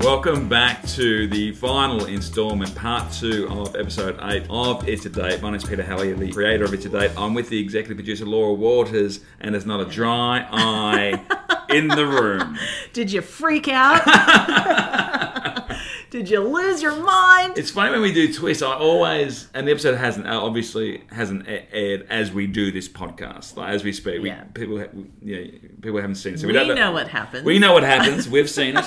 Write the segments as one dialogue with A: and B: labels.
A: Welcome back to the final instalment, part two of episode eight of It's a Date. My name's Peter Halley, the creator of It's a Date. I'm with the executive producer Laura Waters, and there's not a dry eye in the room.
B: Did you freak out? Did you lose your mind?
A: It's funny when we do twists. I always, and the episode hasn't uh, obviously hasn't a- aired as we do this podcast, like as we speak. We,
B: Yeah.
A: people, ha- we- yeah, people haven't seen it, so we,
B: We
A: don't
B: know what happens.
A: We know what happens. We've seen it,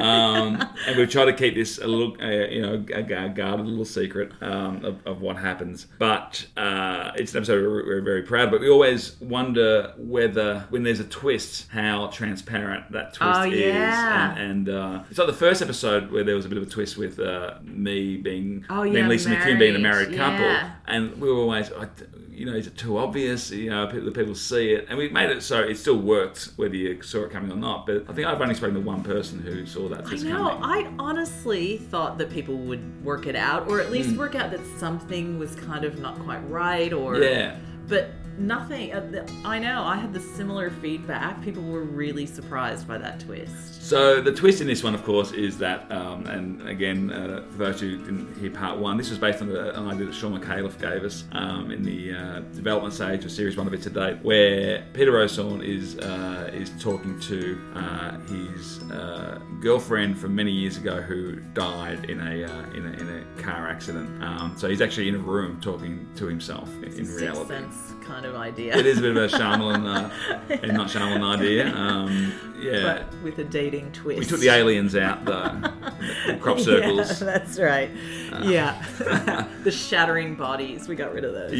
A: um, and we've tried to keep this a little, uh, you know, a, a guarded little secret um, of, of what happens. But uh, it's an episode we're, we're very proud. But we always wonder whether, when there's a twist, how transparent that twist
B: Oh,
A: is.
B: yeah.
A: And, and uh, it's like the first episode where there was a bit of a twist with uh, me being,
B: Oh,
A: me
B: yeah,
A: and Lisa McCune being a
B: married,
A: married couple,
B: yeah.
A: and we were always. I, you know, is it too obvious? You know, people, the people see it, and we made it so it still worked whether you saw it coming or not. But I think I've only spoken to one person who saw that.
B: I
A: This
B: know.
A: coming.
B: I honestly thought that people would work it out, or at
A: Hmm.
B: least work out that something was kind of not quite right, or
A: Yeah.
B: But nothing. uh, th- I know. I had the similar feedback. People were really surprised by that twist.
A: So the twist in this one, of course, is that, um, and again, uh, for those who didn't hear part one, this was based on a- an idea that Sean McAuliffe gave us um, in the uh, development stage of series one of it to date, where Peter O'Sorn is uh, is talking to uh, his uh, girlfriend from many years ago who died in a uh, in a, in a car accident. Um, so he's actually in a room talking to himself in, in
B: Sixth
A: reality.
B: sense kind of idea.
A: It is a bit of a Shyamalan, uh, and not Shyamalan idea. Um, yeah.
B: But with a dating twist.
A: We took the aliens out though. The crop circles. Uh. Yeah.
B: Yeah, that's right. Yeah. the shattering bodies. We got rid of those.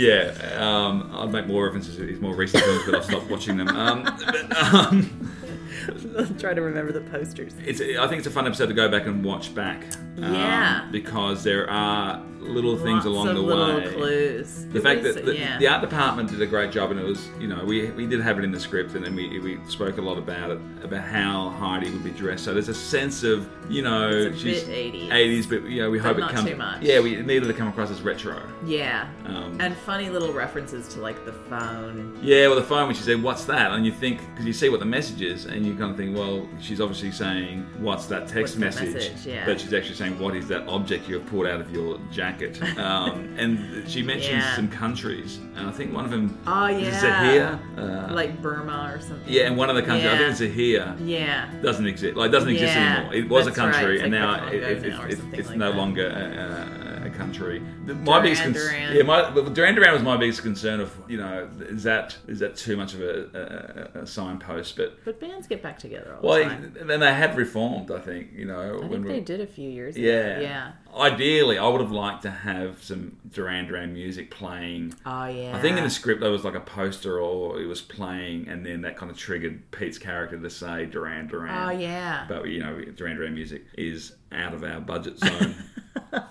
A: um, I'd make more references to these more recent films, but I've stopped watching them. Um, but, um,
B: Try to remember the posters.
A: it's, I think it's a fun episode to go back and watch back. um,
B: Yeah.
A: Because there are little things
B: Lots
A: along
B: of
A: the
B: little
A: way.
B: clues.
A: The
B: It
A: fact
B: was-
A: that the,
B: yeah.
A: the art department did a great job, and it was, you know, we, we did have it in the script, and then we, we spoke a lot about it, about how Heidi would be dressed. So there's a sense of, you know,
B: It's a
A: she's
B: bit 80s.
A: 80s, but, you know, we hope
B: not
A: it comes.
B: too much.
A: Yeah, we it needed to come across as retro.
B: yeah.
A: Um,
B: and funny little references to like the phone.
A: Yeah, well, the phone when she said, "What's that?" and you think because you see what the message is, and you kind of think, "Well, she's obviously saying what's that
B: What's
A: text
B: the
A: message?"
B: message? Yeah.
A: But she's actually saying, "What is that object you have pulled out of your jacket?" Um, and she mentions
B: Yeah.
A: some countries, and I think one of them
B: Oh,
A: is
B: yeah.
A: Zahir. Uh,
B: Like Burma or something.
A: yeah, and one of the countries I think it's Zahir
B: Yeah.
A: doesn't exist. Like doesn't exist
B: Yeah,
A: anymore. It was a
B: that's right.
A: country,
B: It's
A: and
B: like
A: now
B: the
A: it, it,
B: Congo now or
A: it, it's-
B: something
A: it's
B: like
A: no
B: that.
A: longer a, a, a country. The- My biggest
B: Duran
A: cons-
B: Duran.
A: yeah, my well, Duran Duran was my biggest concern of you know is that is that too much of a, a, a signpost? But
B: But bands get back together all
A: well,
B: the time.
A: then they had reformed. I think you know
B: I
A: when
B: think
A: we
B: they did a few years ago.
A: yeah
B: Yeah.
A: Ideally, I would have liked to have some Duran Duran music playing.
B: Oh, yeah.
A: I think in the script there was like a poster or it was playing, and then that kind of triggered Pete's character to say Duran Duran.
B: Oh, yeah.
A: But you know, Duran Duran music is out of our budget zone.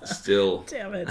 A: Still,
B: Damn it.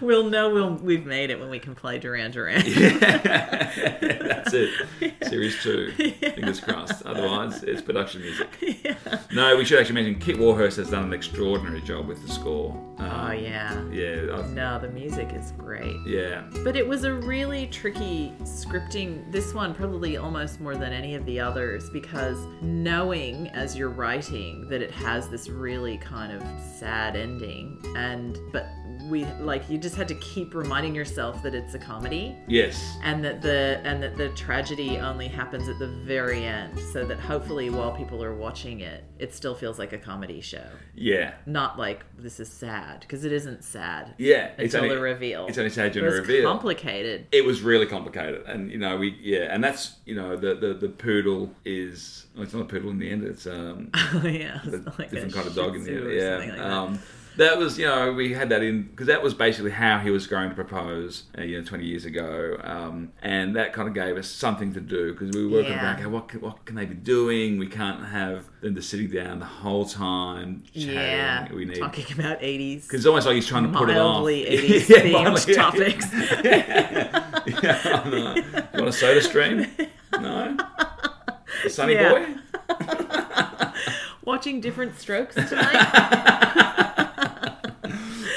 B: we'll know we'll, we've made it when we can play Duran Duran.
A: that's it. Series two, fingers crossed. Otherwise, it's production music. No, we should actually mention Kit Warhurst has done an extraordinary job with the score. Um,
B: Oh, yeah.
A: yeah, I've,
B: No, the music is great.
A: yeah.
B: But it was a really tricky scripting, this one probably almost more than any of the others, because knowing as you're writing that it has this really kind of sad ending, and but we like you just had to keep reminding yourself that it's a comedy
A: Yes.
B: and that the and that the tragedy only happens at the very end so that hopefully while people are watching it it still feels like a comedy show
A: Yeah.
B: not like this is sad because it isn't sad
A: Yeah.
B: until the reveal
A: It's only sad
B: it
A: during
B: was
A: the reveal.
B: complicated
A: it was really complicated and you know we yeah and that's you know the the, the poodle is well, it's not a poodle in the end it's um
B: yeah it's
A: a
B: not like a
A: different kind of dog in
B: Shih Tzu
A: there.
B: or
A: Yeah.
B: something like that.
A: um, that was, you know, we had that in because that was basically how he was going to propose, uh, you know, 20 years ago, um, and that kind of gave us something to do because we were working
B: Yeah.
A: about okay, what can, what can they be doing? We can't have them just sitting down the whole time chatting.
B: yeah
A: we need
B: talking about 80s
A: because it's almost like he's trying to put it off.
B: mildly 80s
A: Yeah,
B: themed
A: mildly-
B: topics
A: yeah, I know. You want a soda stream? No. The Sunny
B: Yeah.
A: Boy?
B: watching different strokes tonight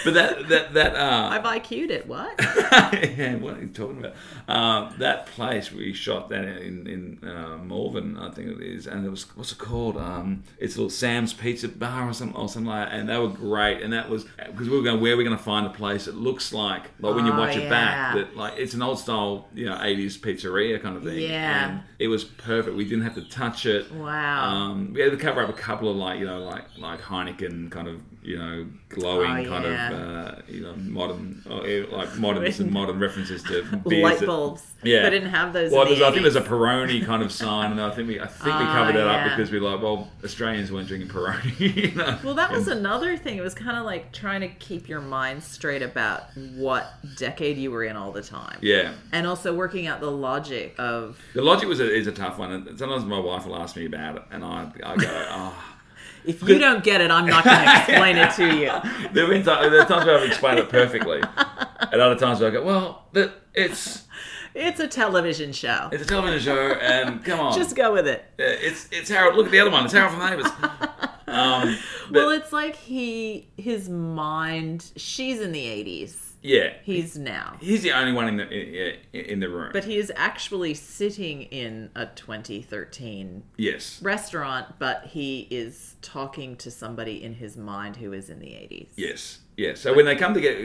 A: But that that that uh,
B: I've IQ'd it. What?
A: yeah, what are you talking about? Um, that place we shot that in in uh, Malvern, I think it is, and it was what's it called? Um, it's a little Sam's Pizza Bar or something, or something like that. And they were great. And that was because we were going, where are we going to find a place that looks like like when you
B: Oh,
A: watch it back
B: yeah.
A: that like it's an old style, you know, eighties pizzeria kind of thing.
B: Yeah.
A: and it was perfect. We didn't have to touch it.
B: Wow.
A: Um, we had to cover up a couple of like you know like like Heineken kind of you know glowing
B: Oh,
A: kind
B: yeah.
A: of uh, you know modern or, eh, like modern some modern references to beers
B: Light
A: that-
B: bulbs.
A: Yeah.
B: They didn't have those.
A: well,
B: in the
A: there's, I think
B: 80s.
A: there's a Peroni kind of sign, and I think we I think we
B: Ah,
A: covered that
B: yeah.
A: up because we are like, well, Australians weren't drinking Peroni. you know?
B: Well, that was another thing. It was kind of like trying to keep your mind straight about what decade you were in all the time.
A: yeah.
B: And also working out the logic of
A: The logic was a, is a tough one, and sometimes my wife will ask me about it, and I I go, oh.
B: if you don't get it, I'm not going to explain it to you.
A: There have been times, there are times where I've explained it perfectly, and other times where I go, well, that it's
B: It's a television show.
A: it's a television show, and come on,
B: Just go with it.
A: Uh, it's it's Harold. Look at the other one. It's Harold from the Neighbours. Um, but
B: Well, it's like he, his mind, she's in the 80s,
A: yeah,
B: he's now.
A: he's the only one in the in, in- in the room.
B: But he is actually sitting in a 2013
A: yes,
B: restaurant, but he is talking to somebody in his mind who is in the 80s.
A: yes, yes. So when they come to get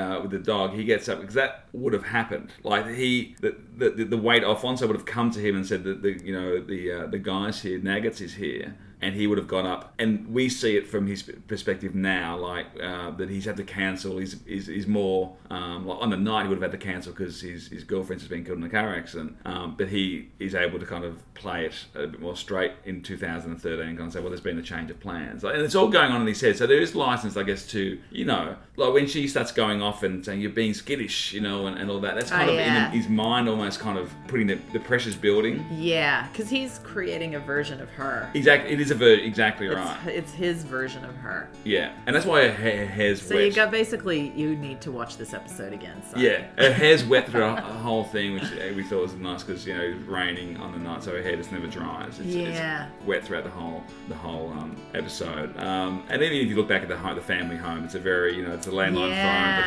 A: uh, with the dog, he gets up because that would have happened. Like he, the the, the weight Alfonso would have come to him and said that the you know the uh, the guys here, Nuggets is here. And he would have gone up, and we see it from his perspective now, like uh, that he's had to cancel. He's, he's, he's more um, like on the night he would have had to cancel because his his girlfriend's just been killed in a car accident. Um, but he is able to kind of play it a bit more straight in 2013, kind of say, well, there's been a change of plans. Like, and it's all going on in his head. So there is license, I guess, to, you know, like when she starts going off and saying, you're being skittish, you know, and, and all that, that's kind
B: Oh,
A: of
B: yeah.
A: in his mind almost kind of putting the, the pressures building.
B: Yeah, because he's creating a version of her.
A: Exactly, it is a ver- exactly
B: It's,
A: right.
B: it's his version of her.
A: Yeah. And that's why her hair, hair's
B: So
A: wet.
B: you got basically you need to watch this episode again. So.
A: Yeah, her hair's wet through the whole thing, which uh, we thought was nice because you know it was raining on the night, so her hair just never dries. It's,
B: Yeah.
A: it's wet throughout the whole the whole um, episode. Um, and even if you look back at the home, the family home, it's a very you know it's a landline
B: Yeah.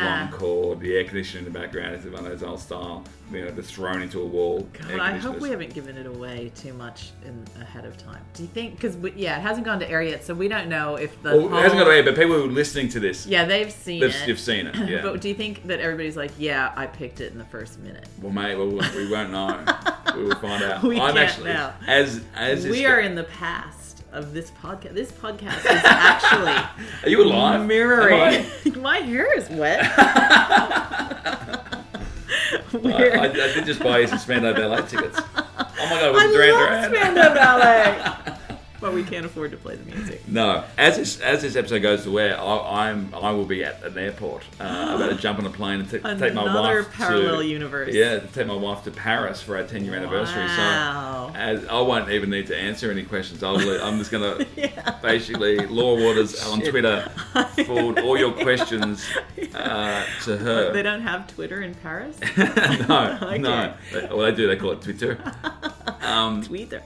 A: phone, the long cord, the air conditioning in the background is one of those old style, you know, that's thrown into a wall.
B: God,
A: air
B: I hope
A: conditioners.
B: we haven't given it away too much in, ahead of time. Do you think? Because yeah, it hasn't gone to air yet, so we don't know if the
A: Well, Oh, it hasn't got
B: whole-
A: away, but people who are listening to this,
B: Oh. Yeah, they've seen
A: they've,
B: it.
A: they've seen it. Yeah.
B: But do you think that everybody's like, yeah, I picked it in the first minute?
A: well, mate, we, we won't know. we will find out.
B: We
A: I'm
B: can't
A: actually
B: know.
A: as as
B: we
A: it's-
B: are in the past of this podcast. This podcast is actually
A: Are you alive?
B: mirroring.
A: Am I?
B: My hair is wet.
A: I,
B: We're-
A: I, I did just buy you some Spando Ballet tickets. Oh my god, with
B: I
A: Duran
B: love
A: Duran.
B: Spandau Ballet. but we can't afford to play the music.
A: No, as this as this episode goes to air, I, I'm I will be at an airport. Uh, I'm about to jump on a plane and t- take my
B: Another
A: wife
B: parallel
A: to,
B: universe.
A: Yeah, to take my wife to Paris for our 10 year anniversary.
B: Wow.
A: So as, I won't even need to answer any questions. I'll, let- I'm just gonna
B: Yeah.
A: basically Laura Waters on Twitter forward all your questions uh, to her.
B: They don't have Twitter in Paris.
A: no,
B: Okay.
A: no. Well, they do. They call it Twitter. Um,
B: Twitter.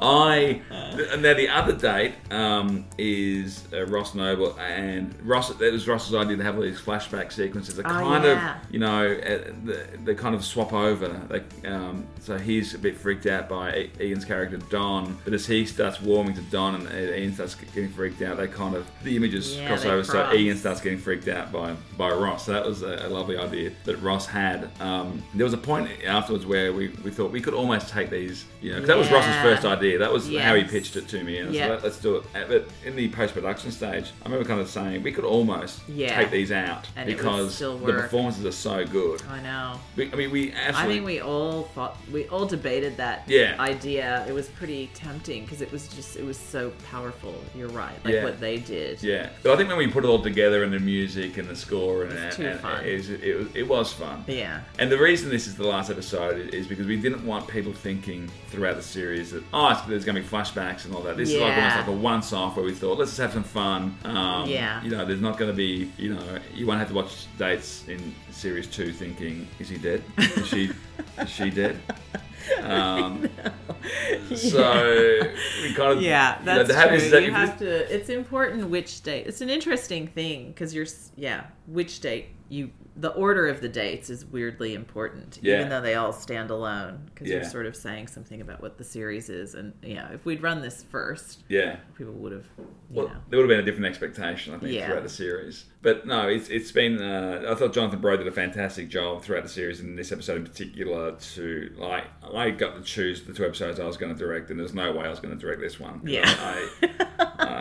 A: I
B: Uh.
A: th- now the other date um, is uh, Ross Noble and Ross. That was Ross's idea to have all these flashback sequences. They
B: Oh,
A: kind
B: yeah.
A: of, you know, uh, they, they kind of swap over. They, um, so he's a bit freaked out by I- Ian's character Don, but as he starts warming to Don and uh, Ian starts getting freaked out, they kind of the images
B: Yeah,
A: cross
B: they
A: over.
B: cross.
A: So Ian starts getting freaked out by by Ross. So that was a, a lovely idea that Ross had. Um, there was a point afterwards where we, we thought we could almost take these, you know, 'cause that was Ross's
B: Yeah.
A: first idea idea. That was how he
B: Yes.
A: pitched it to me, and
B: Yeah.
A: so let, us do it. Uh, But in the post-production stage, I remember kind of saying we could almost
B: Yeah.
A: take these out
B: And it would
A: because
B: still
A: the
B: work.
A: performances are so good.
B: I know.
A: We, I mean, we
B: I
A: absolutely.
B: think we all thought, we all debated that
A: Yeah.
B: idea. It was pretty tempting because it was just it was so powerful. You're right, like
A: Yeah.
B: what they did.
A: yeah, but I think when we put it all together and the music and the score and,
B: It's
A: and,
B: too fun.
A: and it, was- it, was- it was fun.
B: Yeah.
A: And the reason this is the last episode is because we didn't want people thinking throughout the series that oh, it's, there's going to be flashbacks and all that. This is like
B: Yeah.
A: almost like a once-off where we thought let's just have some fun. Um,
B: Yeah.
A: You know, there's not going to be you know you won't have to watch dates in series two thinking is he dead? Is she is she dead? Um, So we kind of
B: yeah,
A: you know,
B: that's
A: the habit
B: true.
A: is that
B: you
A: if
B: have to. It's important which date. It's an interesting thing because you're s- yeah, which date you. The order of the dates is weirdly important,
A: Yeah.
B: even though they all stand alone because
A: Yeah.
B: you're sort of saying something about what the series is. And yeah, if we'd run this first,
A: yeah.
B: people would have. You
A: Well,
B: know.
A: there would have been a different expectation, I think,
B: Yeah.
A: throughout the series. But no, it's it's been. Uh, I thought Jonathan Bro did a fantastic job throughout the series, and this episode in particular. To like, I got to choose the two episodes I was going to direct, and there's no way I was going to direct this one.
B: Yeah.
A: I, I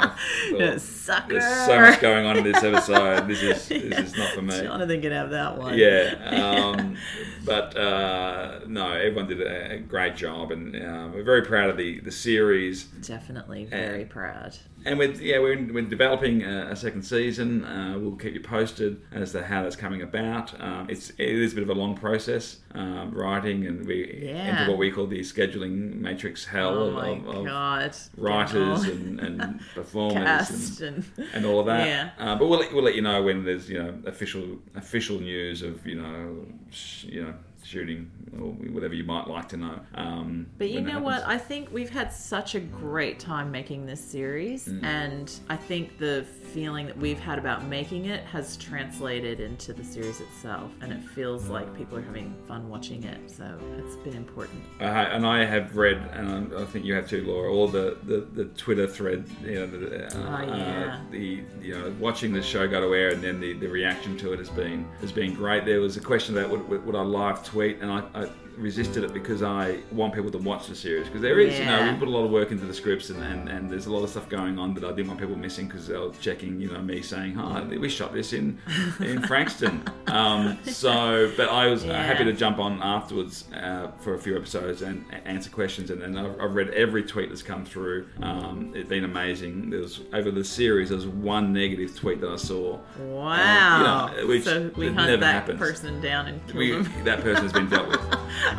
A: thought,
B: No, sucker.
A: there's so much going on in this episode. This is this is not for me.
B: Jonathan can have that one.
A: Yeah, um, but uh, no, everyone did a, a great job, and um, we're very proud of the, the series.
B: Definitely very proud.
A: And we're yeah we're, we're developing a, a second season. Uh, we'll keep you posted as to how that's coming about. Um, it's it is a bit of a long process um, writing, and we
B: Yeah.
A: enter what we call the scheduling matrix hell
B: Oh
A: of,
B: my
A: of, of
B: god.
A: writers
B: Daniel.
A: and, and performers and,
B: cast and,
A: and all of that.
B: Yeah.
A: Uh, but we'll let, we'll let you know when there's you know official official news of you know sh- you know shooting or whatever you might like to know. Um,
B: But you
A: when that
B: know what?
A: happens.
B: I think we've had such a great time making this series,
A: Mm.
B: and I think the feeling that we've had about making it has translated into the series itself, and it feels like people are having fun watching it. So it's been important.
A: I, and I have read, and I think you have too, Laura, all the, the, the Twitter thread. You know, the, uh,
B: Oh, yeah.
A: uh, the you know watching the show go to air, and then the, the reaction to it has been has been great. There was a question about would, would, would I live tweet, and I. I resisted it because I want people to watch the series because there is you know
B: Yeah.
A: we put a lot of work into the scripts and, and, and there's a lot of stuff going on that I didn't want people missing because they were checking you know me saying hi we shot this in in Frankston um, so but I was uh,
B: Yeah.
A: happy to jump on afterwards uh, for a few episodes and a- answer questions. And, and I've, I've read every tweet that's come through. Um, it's been amazing. There was over the series, there was one negative tweet that I saw.
B: Wow!
A: Um, you know, which
B: so we
A: it
B: hunt
A: never
B: that
A: happens.
B: person down and kill
A: We,
B: them.
A: that person has been dealt with.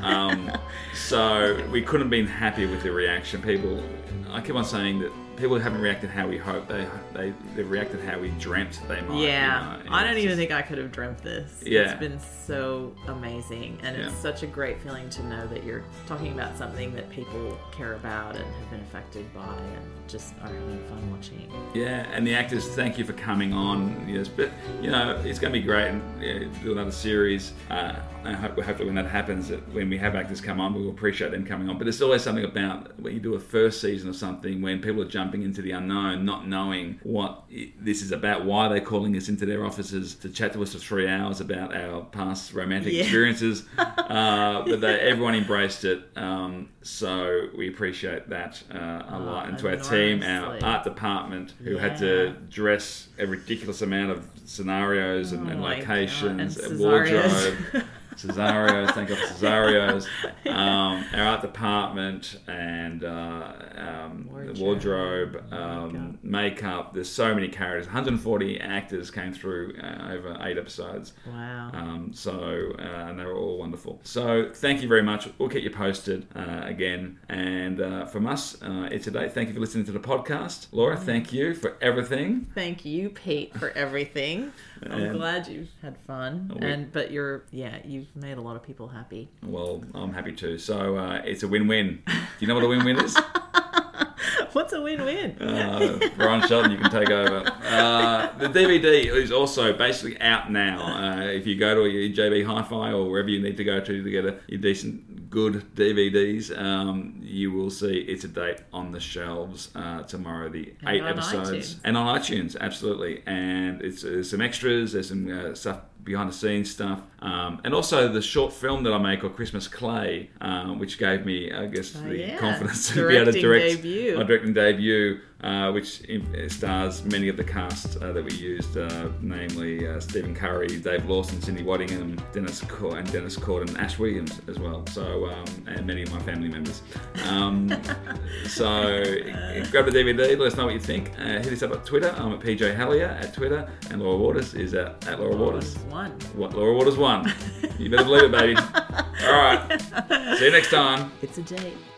A: Um, so we couldn't have been happier with the reaction. People, I keep on saying that people haven't reacted how we hoped. They they they reacted how we dreamt they might. you
B: Yeah,
A: know, and
B: I don't
A: it's
B: even
A: just-
B: think I could have dreamt this.
A: Yeah.
B: It's been so amazing, and it's
A: Yeah.
B: such a great feeling to know that you're talking about something that people care about and have been affected by and just are having fun watching.
A: Yeah, and the actors, thank you for coming on. Yes, but you know it's going to be great and yeah, do another series. Uh, I hope hopefully when that happens, that when we have actors come on, we will appreciate them coming on. But it's always something about when you do a first season of something when people are jumping into the unknown, not knowing what i- this is about. Why are they calling us into their offices to chat to us for three hours about our past romantic
B: Yeah.
A: experiences? uh, but they, everyone embraced it, um, so we appreciate that uh, a
B: Oh,
A: lot. And to our team, our
B: enormously.
A: art department who had
B: Yeah.
A: to dress a ridiculous amount of scenarios and, and
B: Oh my God,
A: locations
B: and
A: and,
B: Cesarios.
A: wardrobe. Cesarios, thank God for Cesarios. Um, our art department and uh, um, the
B: Wardrobe.
A: wardrobe,
B: Oh
A: um, makeup. There's so many characters. 140 actors came through uh, over eight episodes.
B: Wow.
A: Um, so, uh, and they were all wonderful. So, thank you very much. We'll keep you posted uh, again. And uh, from us, uh, it's a day. Thank you for listening to the podcast. Laura, thank you for everything.
B: Thank you, Pete, for everything. I'm
A: And-
B: glad you had fun,
A: we-
B: and but you're yeah, you've made a lot of people happy.
A: Well, I'm happy to. So, uh, it's a win win. Do you know what a win win is?
B: What's a win-win?
A: Uh, Brian Shelton, you can take over. Uh, the DVD is also basically out now. Uh, if you go to your JB Hi-Fi or wherever you need to go to to get a, your decent, good DVDs, um, you will see it's a date on the shelves uh, tomorrow. The
B: And
A: eight
B: on
A: episodes
B: iTunes.
A: and on iTunes, absolutely. And it's uh, some extras. There's some uh, stuff behind the scenes stuff, um, and also the short film that I make called Christmas Clay, um, which gave me, I guess,
B: Oh,
A: the
B: yeah.
A: confidence to be able to
B: Directing
A: direct
B: debut.
A: my directing debut, uh, which in- stars many of the cast uh, that we used, uh, namely uh, Stephen Curry, Dave Lawson, Cindy Waddingham, Dennis Cor- and Dennis Corden, Ash Williams as well. So um, and many of my family members. Um, so grab the DVD. Let us know what you think. Uh, hit us up at Twitter. I'm at PJ Hallier at Twitter, and Laura Waters is at, at Laura Waters.
B: One.
A: What Laura Waters won. You better believe it, baby. All right. See you next time.
B: It's a date.